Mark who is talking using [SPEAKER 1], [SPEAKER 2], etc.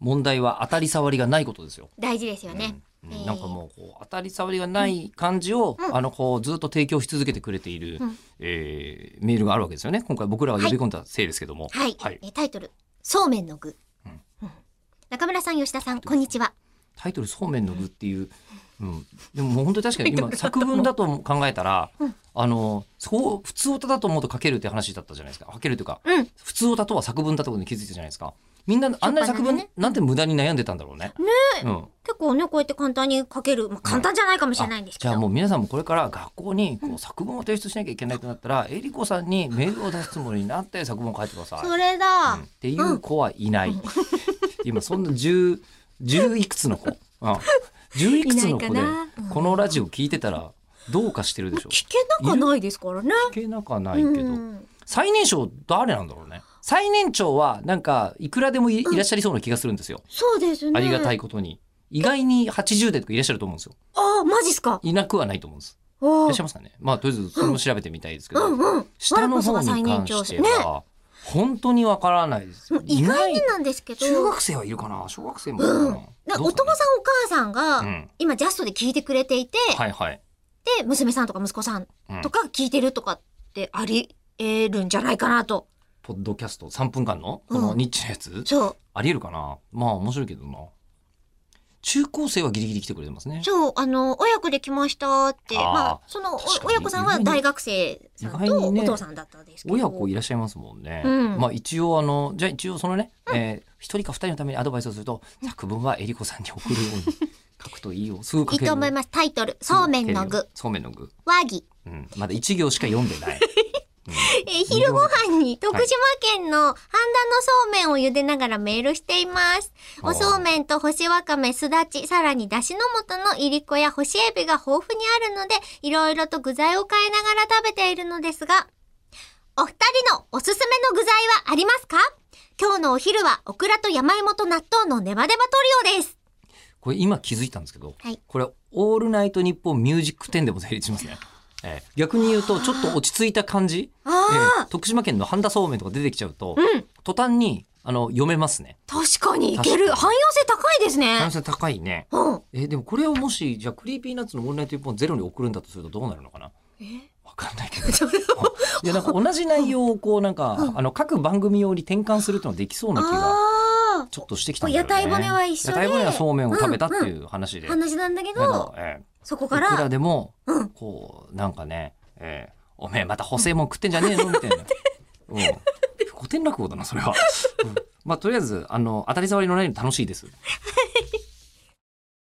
[SPEAKER 1] 問題は当たり障りがないことですよ。
[SPEAKER 2] 大事ですよね。
[SPEAKER 1] うん
[SPEAKER 2] えー
[SPEAKER 1] なんかもうこう当たり障りがない感じを、あのこうずっと提供し続けてくれている、
[SPEAKER 2] うん
[SPEAKER 1] えーメールがあるわけですよね今回僕らが呼び込んだせいですけども
[SPEAKER 2] はい、えータイトル、そうめんの具。うん中村さん、吉田さん、こんにちは。
[SPEAKER 1] タイトル「そうめんの具」っていう、うん、でももう本当に確か に今作文だと考えたら、あのそう普通歌だと思うと書けるって話だったじゃないですか書けるというか
[SPEAKER 2] うん。
[SPEAKER 1] 普通歌とは作文だってことに気づいたじゃないですかみんなあんなに作
[SPEAKER 2] 初っ端
[SPEAKER 1] 文、
[SPEAKER 2] ね
[SPEAKER 1] なんて無駄に悩んでたんだろうね。うん
[SPEAKER 2] 結構ね、こうやって簡単に書ける。まあ、簡単じゃないかもしれないんですけ
[SPEAKER 1] じゃ
[SPEAKER 2] ど。
[SPEAKER 1] あもう皆さんもこれから学校にこう作文を提出しなきゃいけないとなったら、えりこさんにメールを出すつもりになって作文を書いてください。
[SPEAKER 2] それだ。
[SPEAKER 1] うんっていう子はいない。 今そんな十十いくつの子、うん、十いくつの子
[SPEAKER 2] い
[SPEAKER 1] で
[SPEAKER 2] ないかなうん
[SPEAKER 1] このラジオ聞いてたらどうかしてるでしょう。
[SPEAKER 2] 聞けなくないですからね。
[SPEAKER 1] 聞けなかないけど、
[SPEAKER 2] うん
[SPEAKER 1] 最年少誰なんだろうね。最年長はなんかいくらでもいいらっしゃりそうな気がするんですよ。
[SPEAKER 2] そうですね。
[SPEAKER 1] ありがたい。ことに。意外に80代とかいらっしゃると思うんですよ。
[SPEAKER 2] ああ、マジっすか。
[SPEAKER 1] いなくはないと思うんです。いら
[SPEAKER 2] おー
[SPEAKER 1] っしゃいますかね。まあとりあえずそれも調べてみたいですけ
[SPEAKER 2] う
[SPEAKER 1] ど、
[SPEAKER 2] んうん。
[SPEAKER 1] 下の方に関しては、本当にわからないです。
[SPEAKER 2] 意外になんですけど。
[SPEAKER 1] 中学生はいるかな小学生もいるかな、
[SPEAKER 2] うん。だから
[SPEAKER 1] どう
[SPEAKER 2] お
[SPEAKER 1] すか
[SPEAKER 2] 父
[SPEAKER 1] ね
[SPEAKER 2] さんお母さ
[SPEAKER 1] う
[SPEAKER 2] んが、
[SPEAKER 1] ん、
[SPEAKER 2] 今ジャストで聞いてくれていて、
[SPEAKER 1] はいはい、
[SPEAKER 2] で、娘さんとか息子さん
[SPEAKER 1] うん
[SPEAKER 2] とか聞いてるとかってありえるんじゃないかなと。
[SPEAKER 1] ポッドキャスト3分間のこの
[SPEAKER 2] うん
[SPEAKER 1] ニッチなやつ、
[SPEAKER 2] そ
[SPEAKER 1] ありえるかなまあ面白いけどな中高生はギリギリ来てくれてますね
[SPEAKER 2] う。そう、あの、親子で来ましたって、
[SPEAKER 1] あー
[SPEAKER 2] まあ、その、お
[SPEAKER 1] 確かに
[SPEAKER 2] 親子さんは大学生さん
[SPEAKER 1] 意外
[SPEAKER 2] と
[SPEAKER 1] に
[SPEAKER 2] お
[SPEAKER 1] ね
[SPEAKER 2] 父さんだったんですけど。
[SPEAKER 1] 親子いらっしゃいますもんね、
[SPEAKER 2] うん
[SPEAKER 1] まあ一応あのじゃあ一応そのね一、えー、一人か二人のためにアドバイスをすると作文はえりこさんに送るように書くといいよすぐ書
[SPEAKER 2] い
[SPEAKER 1] け
[SPEAKER 2] い
[SPEAKER 1] る
[SPEAKER 2] と思います。タイトル、そうめんの具、
[SPEAKER 1] そうめんの具、
[SPEAKER 2] 和議。
[SPEAKER 1] うん、まだ一行しか読んでない、うん
[SPEAKER 2] えー昼ご飯に徳島県の半田のそうめんを茹でながらメールしています。
[SPEAKER 1] あー
[SPEAKER 2] おそうめんと干しわかめ、すだち、さらにだしの素のいりこや干しエビが豊富にあるので、いろいろと具材を変えながら食べているのですが、お二人のおすすめの具材はありますか今日のお昼はオクラと山芋と納豆のネバネバトリオです。
[SPEAKER 1] これ今気づいたんですけど、
[SPEAKER 2] はい
[SPEAKER 1] これ「オールナイトニッポンミュージック10」でも成立しますね。ええ逆に言うとちょっと落ち着いた感じ、ええ
[SPEAKER 2] ああ、
[SPEAKER 1] 徳島県の半田そうめんとか出てきちゃうと、
[SPEAKER 2] うん、
[SPEAKER 1] 途端にあの読めますね。
[SPEAKER 2] 確かにいける。
[SPEAKER 1] 確
[SPEAKER 2] 汎用性高いです
[SPEAKER 1] 可能
[SPEAKER 2] ね。
[SPEAKER 1] 性高いね。
[SPEAKER 2] うん。
[SPEAKER 1] えでもこれをもしじゃあクリーピーナッツの「オールナイトニッポンゼロに送るんだとするとどうなるのかな
[SPEAKER 2] え
[SPEAKER 1] わかんないけど。いやなんか同じ内容をこうなんか、あの各番組用に転換するっていうのはできそうな気が
[SPEAKER 2] ああ、
[SPEAKER 1] ちょっとしてきたんだよね。
[SPEAKER 2] こう屋台骨は一緒で
[SPEAKER 1] 屋台骨はそうめんを食べたっていう話で。
[SPEAKER 2] 話なんだけ
[SPEAKER 1] だけど
[SPEAKER 2] ど、
[SPEAKER 1] ええ
[SPEAKER 2] そこ
[SPEAKER 1] いく
[SPEAKER 2] から、
[SPEAKER 1] らでも、
[SPEAKER 2] うん
[SPEAKER 1] こうなんかね、えーおめえまた補正もん食ってんじゃねえのみたい な。うん、古典落語だなそれは、うんまあとりあえずあの当たり障りのないの楽しいです。